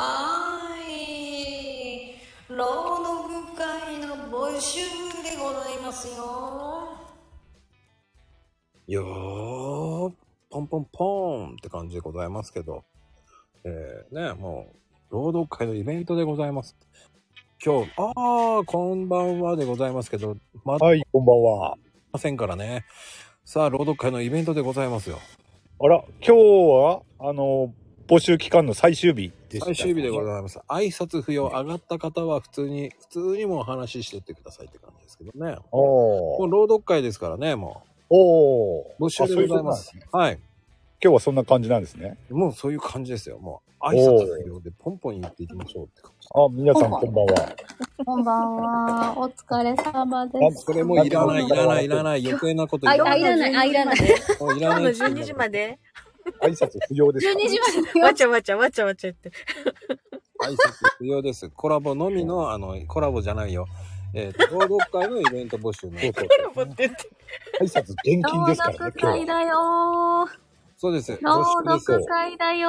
はい。朗読会の募集でございますよ。よー、ポンポンポーンって感じでございますけど、えー、ね、もう、朗読会のイベントでございます。今日、あー、こんばんはでございますけど、まだはい、こんばんは。ませんからね。さあ、朗読会のイベントでございますよ。あら、今日は、あの、募集期間の最終日でした。最終日でございます。挨拶不要、上がった方は普通に、普通にもうお話ししてってくださいって感じですけどね。もおうー朗読会ですからね、もおーう。募集でございまあすそううことなんでね。はい。今日はそんな感じなんですね。もうそういう感じですよ。もう、挨拶不要でポンポン言っていきましょうって感じ。あ、皆さんこんばんは。こんばんは。お疲れ様であす。それもういらない、いなんからない、いらない、余計なことあ、い言らわない、いらない。ない、あいらない。もうい今ら日なのい。 12時まで、挨拶不要ですか12時 まわで。ちゃわちゃわちゃわちゃって。挨拶不要です。コラボのみの、あの、コラボじゃないよ。えー、朗読会のイベント募集の。 そうそうコラボって言って挨拶厳禁朗ですからね読、今会日は。だよそうです。ー。朗募集です読。会だよ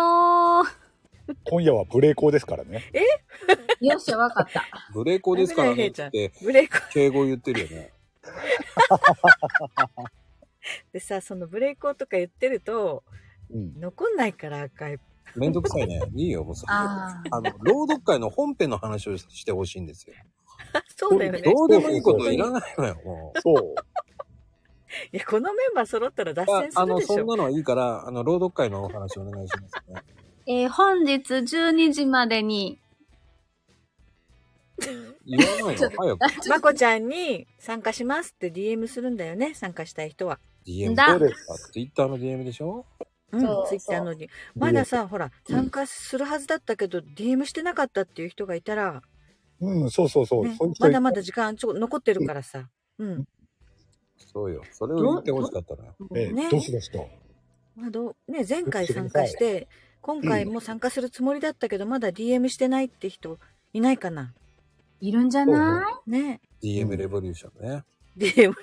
今夜は無礼講ですからね。ー。よっしゃ、わかった。ブレーコーですからねって、ブレイク敬語言ってるよね。でさ、そのブレイクとか言ってると、うん。残んないからアーカイブ。めんどくさいね。 いいよ、もうそれあーあの、朗読会の本編の話をしてほしいんですよ。あそうだよね。どうでもいいこといらないのよ、もう。 そう。いや、このメンバー揃ったら脱あ線すあるの、でしそんょ。なのはいいから、あの、朗読会のお話お願いします、ね。えー本日12時までに、言わ ないの早くまこちゃんに参加しますって DM するんだよね、参加したい人は。 DM だどうですか ?Twitter の DM でしょうん、そうツイッターのに。まださ、ほら、参加するはずだったけど、DM してなかったっていう人がいたら、うん、そうそうそう。ねそういう人まだまだ時間ちょ残ってるからさ。うん。そうよ。それを言ってほしかったのよ。ええねどしどしと。まあどうね、前回参加して、今回も参加するつもりだったけど、まだ DM してないって人いないかないるんじゃないね。 DM レボリューションね。 DM、い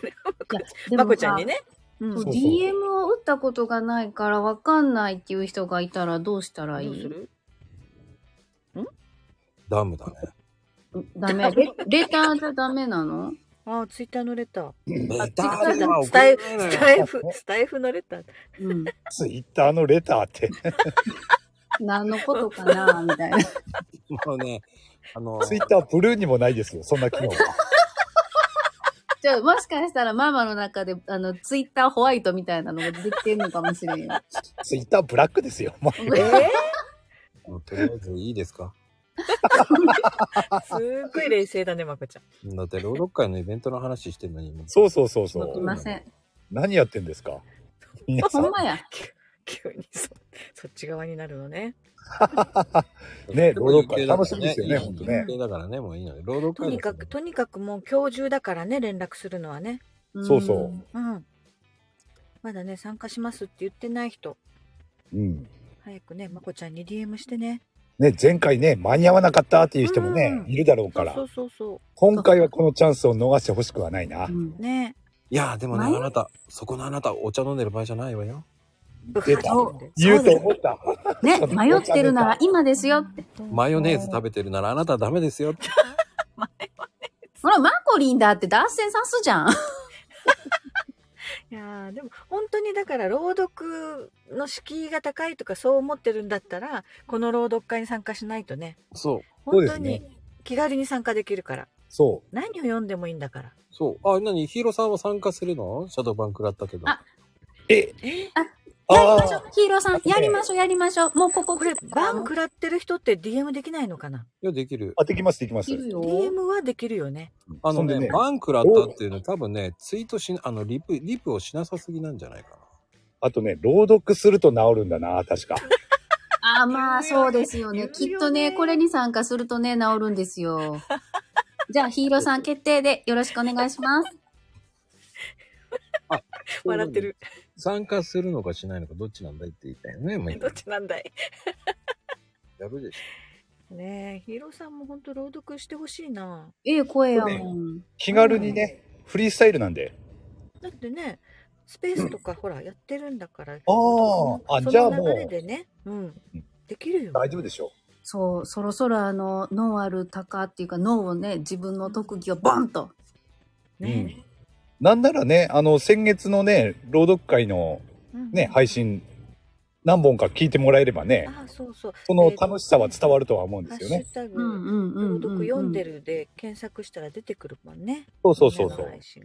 やまこちゃんに。ね。うん。でどもうそさうそう DM を打ったことがないからわかんないっていう人がいたらどうしたらいすいるダムだね。ダメレ。レターじゃダメなのああ、ツイッターのレター。レターではス送らタなイいフ、のスよタイフ、スタイフのレター。うん。ツイッターのレターって、何のことかなみたいな。 もうね、あの、ツイッターブルーにもないですよ。そんな機能は。じゃあ、もしかしたらママの中で、あの、ツイッターホワイトみたいなのができてんのかもしれんよ。ツイッターブラックですよ。もうえー、もうとりあえずいいですかすっごい冷静だね、まこちゃん。だって朗読会のイベントの話してんのに、もうそうそうそうそ。できいうません。何やってんですか皆さほん ん。まや。急にそ、そっち側になるのね。ね朗読会楽しみですよねいいほんとね日程だからね、もういいので。朗読と会にですかよく、とにかくもう今日中だからね、連絡するのはね。そうそううん。まだね、参加しますって言ってない人、うん。早くね、まこちゃんに DM してね。ね、前回ね、間に合わなかったっていう人もね、うんいるだろうそかうらそ、うそうそ今回はこのチャンスを逃してほしくはないな。うん。うんう。ね。いやーでもね、あ前なた、そこのあなた、お茶飲んでる場合じゃないわよ。出た。言うと思った。ね、そう迷ってるなら今ですよって。マヨネーズ食べてるならあなたはダメですよって。ほら、マコリンだって脱線さすじゃん。いやーでも本当にだから朗読の敷居が高いとかそう思ってるんだったらこの朗読会に参加しないとねそう、そう本で当すねに気軽に参加できるからそ何を読んでもいいんだからそう。あ、なに、ヒーローさんは参加するのシャドーバン食らったけど。あう。え、やありましょうあ、。ヒーローさん、ねやりましょう、やりましょう。もうこここれバン食らってる人って DM できないのかないや、できる。あ、できます、できますい。るよ。 DM はできるよねあのそね、んでねバンクラったっていうの多分ね、ツイートしな、あの、リプ、リプをしなさすぎなんじゃないかあとね、朗読すると治るんだな、確か。あ、まあ、そうですよいね。るよねきっとね、これに参加するとね、治るんで すよ。じゃあ、ヒーローさん決定でよろしくお願いします。な。笑ってる。 参加するのかしないのか、どっちなんだいって言いたいよね。もうどっちなんだいやるでしねえヒーローさんも本当朗読してほしいなええ声やもん。気軽にね、フリースタイルなんで。だってねスペースとかほらやってるんだからあーあそのじゃあもうその流れでねうんできるよ大丈夫でしょう。そう、そろそろあの、脳ある鷹っていうか脳をね、自分の特技をボンと。ねなんならね、あの、先月のね、朗読会のうんね、配信、何本か聞いてもらえればね、あそうそうその楽しさは伝わるとは思うんハですッシよね。ュタグ、うんうんうんうん、うん。朗読読んでるで検索したら出てくるもんね。そうそうそうそみんなのう配。信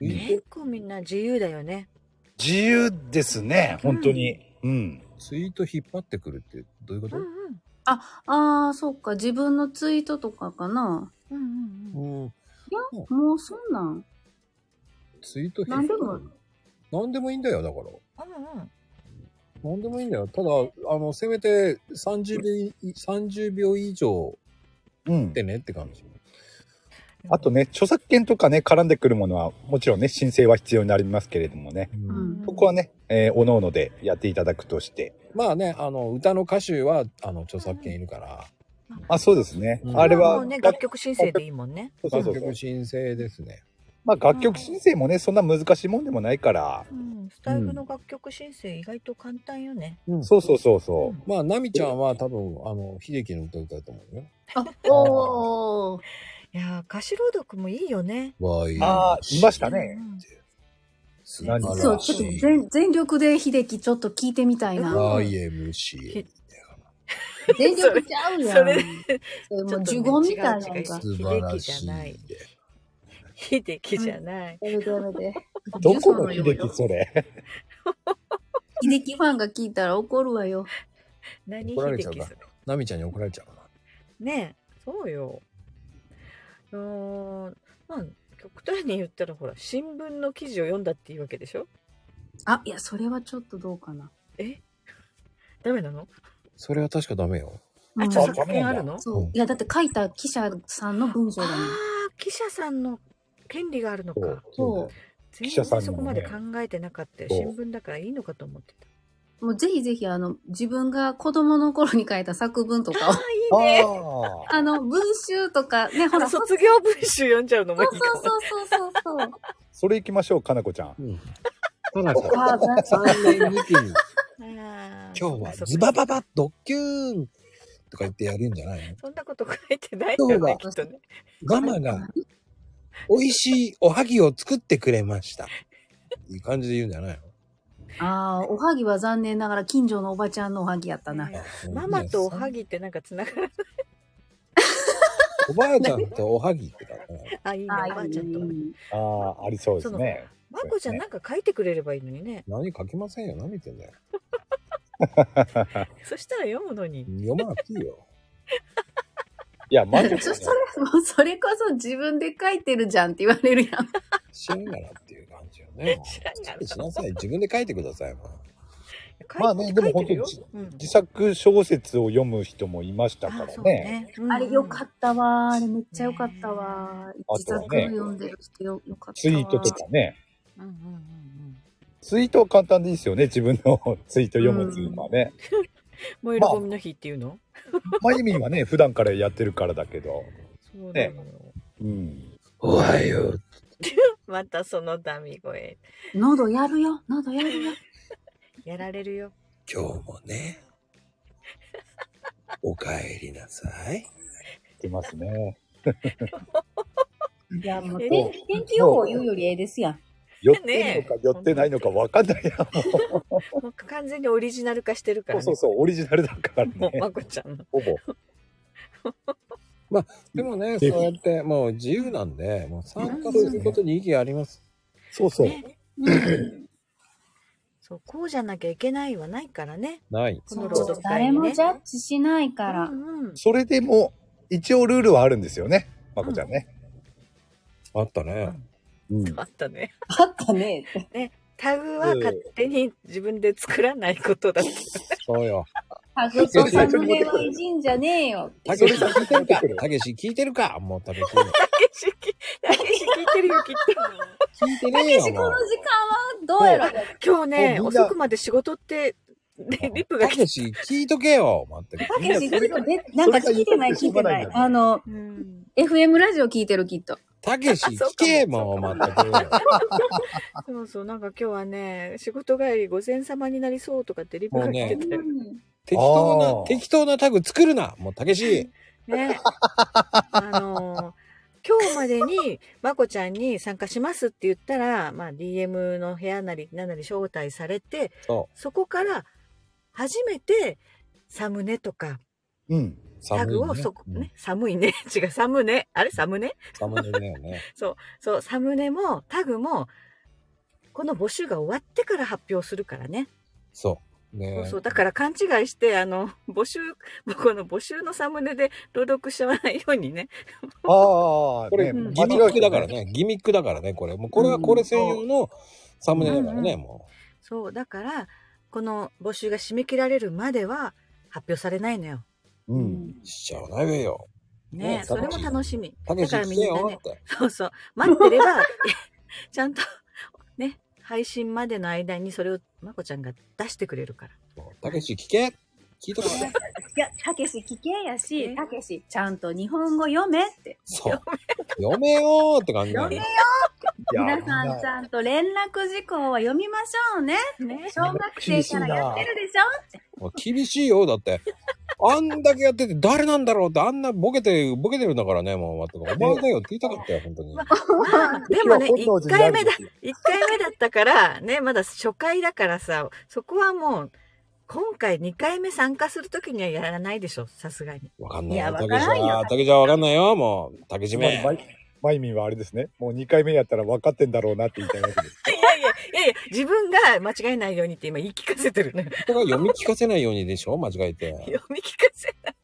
うん結構みんな自由だよね。自由ですね、本当に。うん。ツイート引っ張ってくるってどういうこと、うんうんああ、そっか。自分のツイートとかかな。うんうんうん。うん、もうそんなん。ツイート引っなんで張もる。なんでもいいんだよ、だから。うんうんなんでもいいんだよ。ただ、あの、せめて30秒い、30秒以上うんでねって感じ。あとね、著作権とかね、絡んでくるものは、もちろんね、申請は必要になりますけれどもね。うんうんここはね、えー、おのおのでやっていただくとして。まあね、あの、歌の歌手は、あの、著作権いるから、あ、そうですね。うんあれもは、うね楽楽曲申請でいいもんね。そうそうそ楽う曲申請ですね。まあ、楽曲申請もね、そんな難しいもんでもないから。うん、スタイフの楽曲申請意外と簡単よね。そうそうそうそうう。んまあ、ナミちゃんは多分、あの、秀樹の歌歌うと思うよ。あ、おー。いやー歌詞朗読もいいよね。わいああ、いましたね。 素晴あらそう、らちょっとしい。全全力で秀樹ちょっと聞いてみたいな。わ YMCA。全力ちゃうやん。それそれもちょうっとね呪言みたいな違う違んうか。素晴らしい。秀樹じゃない。やめてやめて。どこの呪秀詛よ樹それ。秀樹ファンが聞いたら怒るわよ。何怒られち秀ゃう樹かする。ナミちゃんに怒られちゃうかねえ、そうよ。うーん、まあ極端に言ったらほら新聞の記事を読んだっていうわけでしょ。あ、いや、それはちょっとどうかな。え、ダメなの？な。それは確かダメよ。うんあ、著作権あるの？そう。いや、だって書いた記者さんの文章あだもん。あー、記者さんの権利があるのか。そ全記者さんの然ねそこまで考えてなかったよ。そう新聞だからいいのかと思ってた。う。もうぜひぜひ、あの、自分が子供の頃に書いた作文とかを、 あああ、いいね。あ。あの、文集とか、ね、ほあら、のそう卒業文集読んじゃうのもそいういかも。そうそうそうそう。それ行きましょう、かなこちゃん。うん。ただかああ、なんか3年2期に、あ今ー日はそっかそっかズバババッドッキューンとか言ってやるんじゃないのそんなこと書いてないんだよ今ね、きっ日とはね。ママが美味しいおはぎを作ってくれました。いい感じで言うんじゃないああ、おはぎは残念ながら近所のおばちゃんのおはぎやったな。のママとおはぎってなんかつながる。おばあちゃんとおはぎってだね。あ、いいね、おああ、ばあちゃんと。ああ、ありそうですね。まこちゃんなんか書いてくれればいいのにね。何書きませんよ。何言ってんだよ。そしたら読むのに。読まなくていいよ。 いや、まこちゃん そしたら、もうそれこそ自分で書いてるじゃんって言われるやん。知らんがなっていう感じよね。知らんがなしなさい。自分で書いてください。もまあねでも本当に書いてるよ自作小説を読む人もいましたうんかあそらね。うねう んあれよかったわー。あれめっちゃよかったわー。一作あとはね読んでる人よよかったツわイートとかね。うんうんうんうんツイートは簡単でいいですよね。自分の ツイート読むっていうのはね。燃えるゴミの日っていうの、まゆみんはね、普段からやってるからだけど。そうなのよ。うん。うおはよう。またそのダミ声。喉やるよ。喉やるよ。やられるよ。今日も ね。おかえりなさい。出ますね。いや、もうえ天気天気予報言うよりええですやん。寄ってるのかねえ寄ってないのか分かんないやん。もう完全にオリジナル化してるから、もう ね。そうそう、オリジナルだからもう ね。まこちゃんの。ほぼ。でもね、そうやってもう自由なんで、もう参加することに意義あります。そうそう。ねそう、こうじゃなきゃいけないはないからね。ない。このそ朗う読誰会にもね。ジャッジしない からう。んうんそれでも、一応ルールはあるんですよね。まこちゃんね。あったね。うんあ。ったね。あったね。タグは勝手に自分で作らないこと だって。そうよ。タ グとサムネはいじんじゃねえよ。 たけし聞いてるかたけし聞いてるかもうたけし。たけし聞たけし聞いてるよ、きっ聞いてねえ よ。こものう時間はどうやろうと。今日ね、もうみんな遅くまで仕事って、でリップがた来てけ。し聞いとけよ。まったく。たけし、ちょっとで、なんか聞いてない、聞いてない。あの、うん、 FM ラジオ聞いてる、きっと。たけし聞けもうまったく。そうそう、なんか今日はね、仕事帰り午前様になりそうとかってリップもうがね来てて、適当あな、ー適当なタグ作るなもう、たけしね。あのー今日までに、まこちゃんに参加しますって言ったら、まあ、DM の部屋なり、なんなり招待されて、そそこから、初めて、サムネとか、うん。タグをねそこ、ね、寒いね。違う、サムネ。 あれサムネサムネだよね。そう、サムネもタグも、この募集が終わってから発表するからね。そう。ねそうそう、だから勘違いして、あの、募集、 この募集のサムネで朗読しちゃわないようにね。ああ、これ、うんギミックだからね。ね。ギミックだからね、これ。もうこれはうんこれ専用のサムネだからね、うもそう、だから、この募集が締め切られるまでは発表されないのよ。う。うんんう。しちゃわないべよ。ねねそれも楽しみ。たけし来てよだからみんなっねて。そうそう。待ってれば、 ちゃんと、ね、配信までの間にそれをまこちゃんが出してくれるから。そうたけし聞け聞いとこういや、たけし聞けやねし、たけし、ちゃんと日本語読めって。そう。読めよーって感じだ読めねよ。いや皆さんちゃんと連絡事項は読みましょうね。ね。小学生からやってるでしょもう厳しいよ、だって。あんだけやってて誰なんだろうってあんなボケて、ボケてるんだからね、もう、まっ たく。お前だよって言いたかったよ、本当に。でもね、今1日本能寺にあ回る目だ、一回目だったから、ね、まだ初回だからさ、そこはもう、今回2回目参加するときにはやらないでしょ、さすがに。わかんないいやよ、わたかけしらんよは。たけしはわかんないよ、もう。たけしつまりめマ。イマイミンはあれですね。もう2回目やったら分かってんだろうなって言いたいわけです。 いやいや、いやいや、自分が間違えないようにって今言い聞かせて るね。人が読み聞かせないようにでしょ間違えて。読み聞かせない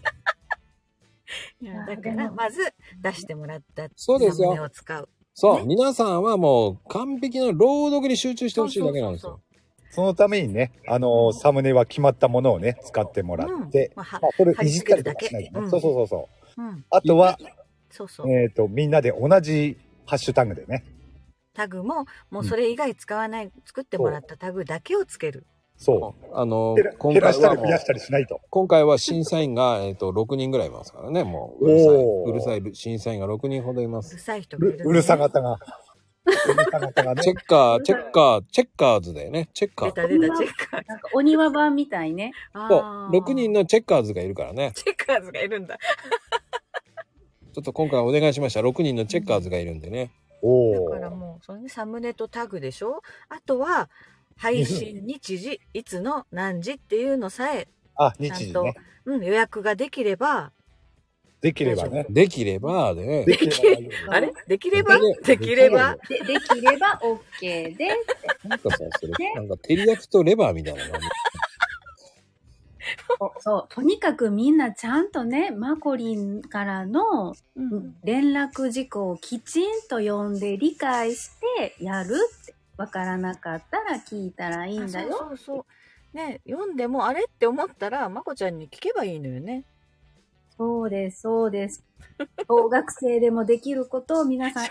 ように。いやだから、まず出してもらったそうですよサムネを使う。そう、ね皆さんはもう完璧な朗読に集中してほしいだけなんですよ。そのためにね、あのーサムネは決まったものをね、使ってもらってうん、まあはまあ、これいじったりとかしないでうね。んそうそうそうそう。うん、あとは、そうそう。えっと、みんなで同じハッシュタグでね。タグも、もうそれ以外使わない、作ってもらったタグだけをつける。そあのう。減ら、今減ら回したはりも増うやしたりしないと。今回は審査員が、えっと、6人ぐらいいますからね、もう。おーうるさい、うるさい審査員が6人ほどいまうする。さい人うがいるる、うるさ方が。うるさ方がチェね。ッカー、チェッカー、チェッカーズだよね。チェッカ出ー。た出た、チェッカー。なんかお庭版みたいね。そう、あー6人のチェッカーズがいるからね。チェッカーズがいるんだ。ちょっと今回お願いしました。6人のチェッカーズがいるんでね。おだからーもう、それね、サムネとタグでしょあとは、配信日時、いつの何時っていうのさえ、あ、ちゃ日時んと、ね。うん、予約ができれば、できればね。できれば、ね、できればいいよね。あれできればででききれればばで、できれば OK です。なんかさ、それ、なんか、照り焼きとレバーみたいな感じ。そう、とにかくみんなちゃんとね、マコリンからの連絡事項をきちんと読んで理解してやるって。わからなかったら聞いたらいいんだあよ。そうそうそう。ね、読んでもあれって思ったら、まこちゃんに聞けばいいのよね。そうです、そうです。 小学生でもできることを皆さん、え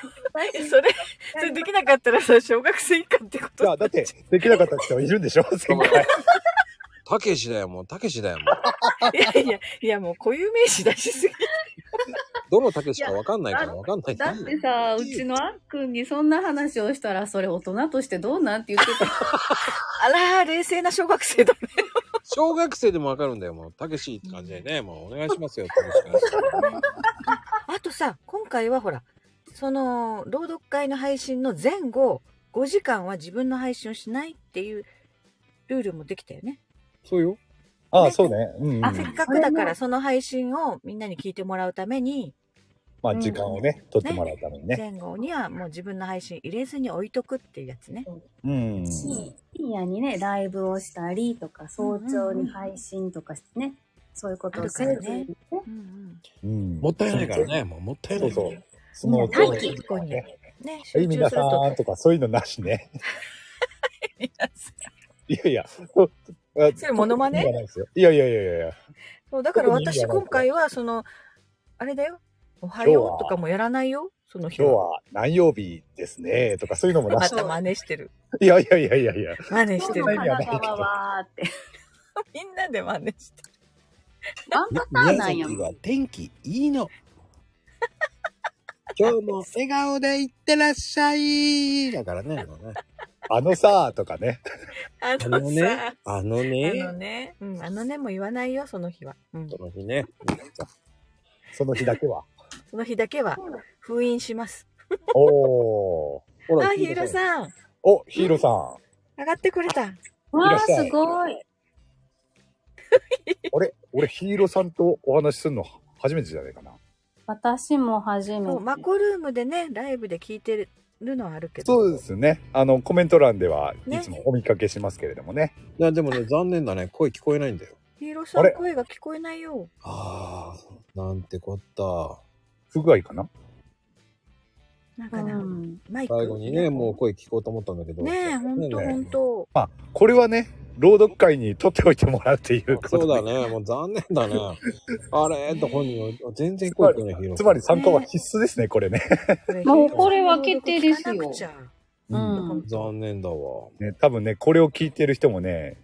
それ、それできなかったらさ、小学生以下ってこいや、とだって、できなかった人はいるん でしょ前回。たけしだよ、もう。たけしだよ、もう。いやいや、いやもう固有名詞出しすぎ。どのたけしかわかんないからわかんないだ ってさ、うちのあっくんにそんな話をしたら、それ大人としてどうなんって言ってた。あらー、冷静な小学生だね。小学生でもわかるんだよ、もう。たけしって感じでね、もうお願いしますよ、たけしあとさ、今回はほら、その、朗読会の配信の前後、5時間は自分の配信をしないっていうルールもできたよね。そうよ。ああ、そうね。うん、うん。あ、せっかくだから、その配信をみんなに聞いてもらうために、まあ、時間をね、取ってもらうためにね。前後にはもう自分の配信入れずに置いとくっていうやつね。うん。深夜にね、ライブをしたりとか、早朝に配信とかしてね、そういうことをせずにね、うんうん。うん。もったいないから。ね、もうもったいなそいうからそうね。。その待音を機ここにねね、はい、集中皆すさると。んとかそういうのなしね。 皆さんいやいや。そうそれモノマネいやないですよいやいやいやいやいや。そう、だから特にいいんじ私ゃない今回は、その、あれだよ。おはようとかもやらないよ。その日今日は。は何曜日ですね。とかそういうのもなまし。た真似してる。いやいやいやいやいや。真似今し日てのる。金沢はって。みんなで真似してる。ワンパターン宮なんや崎もん。は天気いいの。今日も笑顔でいってらっしゃい。だからね、もうねあのさーとかね。ああののねさ、あのあね、のね、うん、あのねも言わないよ、その日は。うん、その日ね、その日だけは。その日だけは封印します。おー。ほらあ、、ヒーローさん、お、ヒーローさん。上がってくれた。わらっあ、しゃいすごい。あれ俺ヒーローさんとお話しするの初めてじゃないかな。私も初めて。そうマコルームでね、ライブで聞いてるのはあるけど。そうですね。あの、コメント欄ではねいつもお見かけしますけれどもね。いや、でもね、残念だね、声聞こえないんだよ。ヒーローさあれん、声が聞こえないよ。ああ、なんてこった。不具合かななんうかな、ん。マイク。最後にね、もう声聞こうと思ったんだけど。ねえ、ほんとねえほんと。まあ、これはね、朗読会に取っておいてもらうっていうことそうだね。ね、もう残念だね。あれと本人は全然声聞こえないヒーローつまり参加は必須ですね、これね。もうこれは決定ですよ聞かなくちゃうん残念だわ。ね多分ね、これを聞いてる人もね、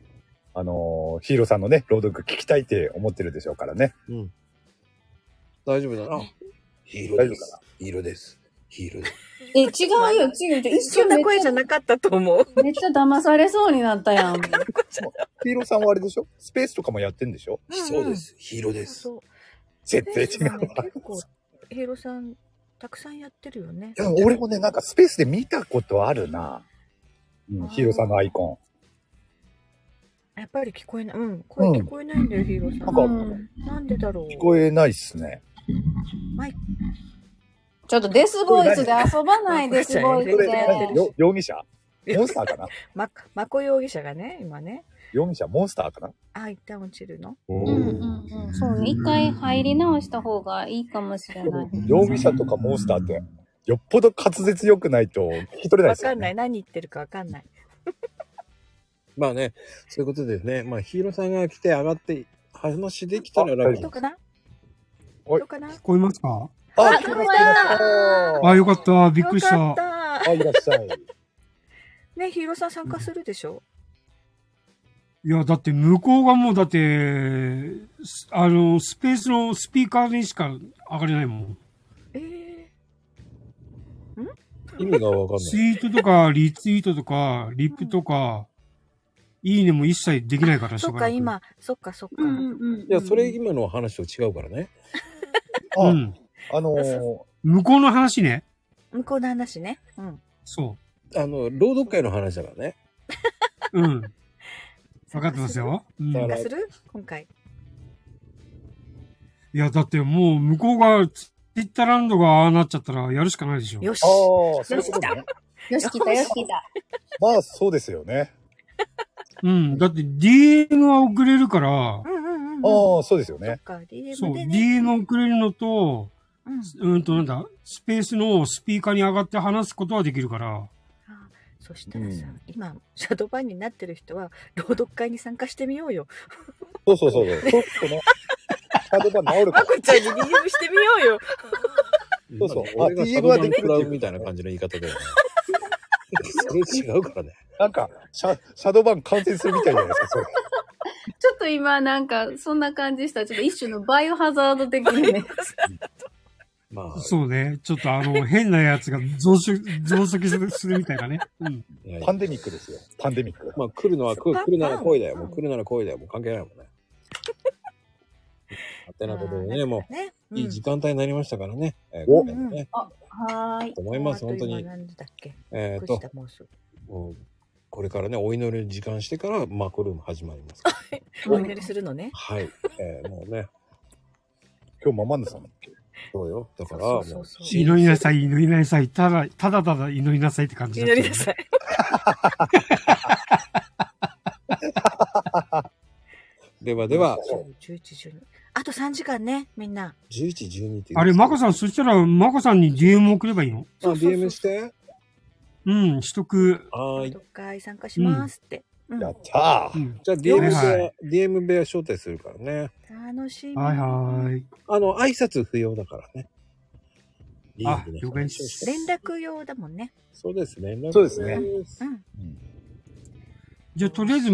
あのーヒーローさんのね、朗読聞きたいって思ってるでしょうからね。うん。大丈夫だな。あ、ヒーロー大丈で夫かす。ヒーローです。ヒーローです。え、違うよ、違うよ。一そ瞬んめなっ声ちじゃゃなかったと思う。めっちゃ騙されそうになった やん。ヒーローさんはあれでしょスペースとかもやってんでしょそうで。す。ヒーローです。そう。絶対違うねわ。結構、ヒーローさん、たくさんやってるよね。でも俺もね、なんかスペースで見たことあるな。うあん、ーヒーローさんのアイコやっぱり聞こえない。うん、声聞こえないんだよ、ヒーローさン。なんん。か、うんなんでだろう。聞こえないっすね。ちょっとデスボイスで遊ばないデスボイスこれ、で何。よ容疑者モンスターかなま、まこ容疑者がね、今ね。容疑者モンスターかなあ、一旦落ちるの。ううんうんうん。そうね。一回入り直した方がいいかもしれない。容疑者とかモンスターって、よっぽど滑舌良くないと聞き取れないわですよかんなね。い。何言ってるかわかんない。まあね、そういうことでね、まあヒーローさんが来て上がって、話できたらラッキどうー。かなおいどうかな聞こえますかあ、あ聞こえたあ、よかった。びっくりしよた。かった。あ、いらっしゃい。ね、ヒーローさん参加するでしょいや、だって向こうがもうだって、すあの、スペースのスピーカーにしか上がれないもん。ええ意味がわかんツない。イートとか、リツイートとか、リップとか、いいねも一切できないから、そっしばからく。今、そっかそっか。うんうんうん。いや、それ今の話と違うからね。うあ、ん。あのー、向こうの話ね。向こうの話ね。うん。そあの、朗読会の話だからね。う。うん。わかってますよ。うん、だか参ら加する今回。いや、だってもう向こうが、ツイッターランドがああなっちゃったらやるしかないでしょ。よし。ああ、そういうことね。よし来たよし来た。まあ、そうですよね。うん。だって DM は送れるから、うんうんうん。ああ、そうですよそっね。か、そう、 DM でね。 DM 送れるのと、うんうんとなんだ、スペースのスピーカーに上がって話すことはできるから、あそしたらさうん、今、シャドーバンになってる人は、朗読会に参加してみようよ。そうそうそうそう。ちょっとね、体が治るかまら。こちゃんに DM してみよ うよ。そうそう俺があサ DM ブマはンできる食らうみたいな感じの言い方だよね。それ違うからね。なんか、シャシャドーバン感染するみたいじゃないですか、それ。ちょっと今なんかそんな感じした。ちょっと一種のバイオハザード的なね。まあ、そうね、ちょっとあの、変なやつが増殖、増殖するするみたいなね。うん。ねパンデミックですよ。パンデミック。まあ来るのは来る、そう来るなら恋だよ。パンもパンう来るなら恋だよ。もう関係ないもんね。勝手なことであね、ーもね。ういい時間帯になりましたからね。えーお今回もね、 はーい。と思います、もう本あ当と今に。何時だっけえっ、 9と時、だもうすぐ。もうこれからね、お祈りの時間してからマコルーム始まりますから。お祈りするのね。はい。えーもうね、今日ママンナさんだっけそうよ。だから、そうそうそうそう祈りなさい、祈りなさい、ただ、ただただ祈りなさいって感じだっ祈たりなさい。では では、 10 11、12。あと3時間ね、みんな。 11、12っていう。あれ、マコさん、そしたら、マコさんに DM 送ればいいのあ、そうそうそう DM して。うん、取得。はー朗い。読会参加しますって。うんやったうー。ん。じゃあ DM 部屋、はい DM 部屋招待するからね。楽しみ。はいはーい。あの、挨拶不要だからね。あいいね了解です連絡用だもんね。そうですね。そうですねうん。うんじゃあ、とりあえず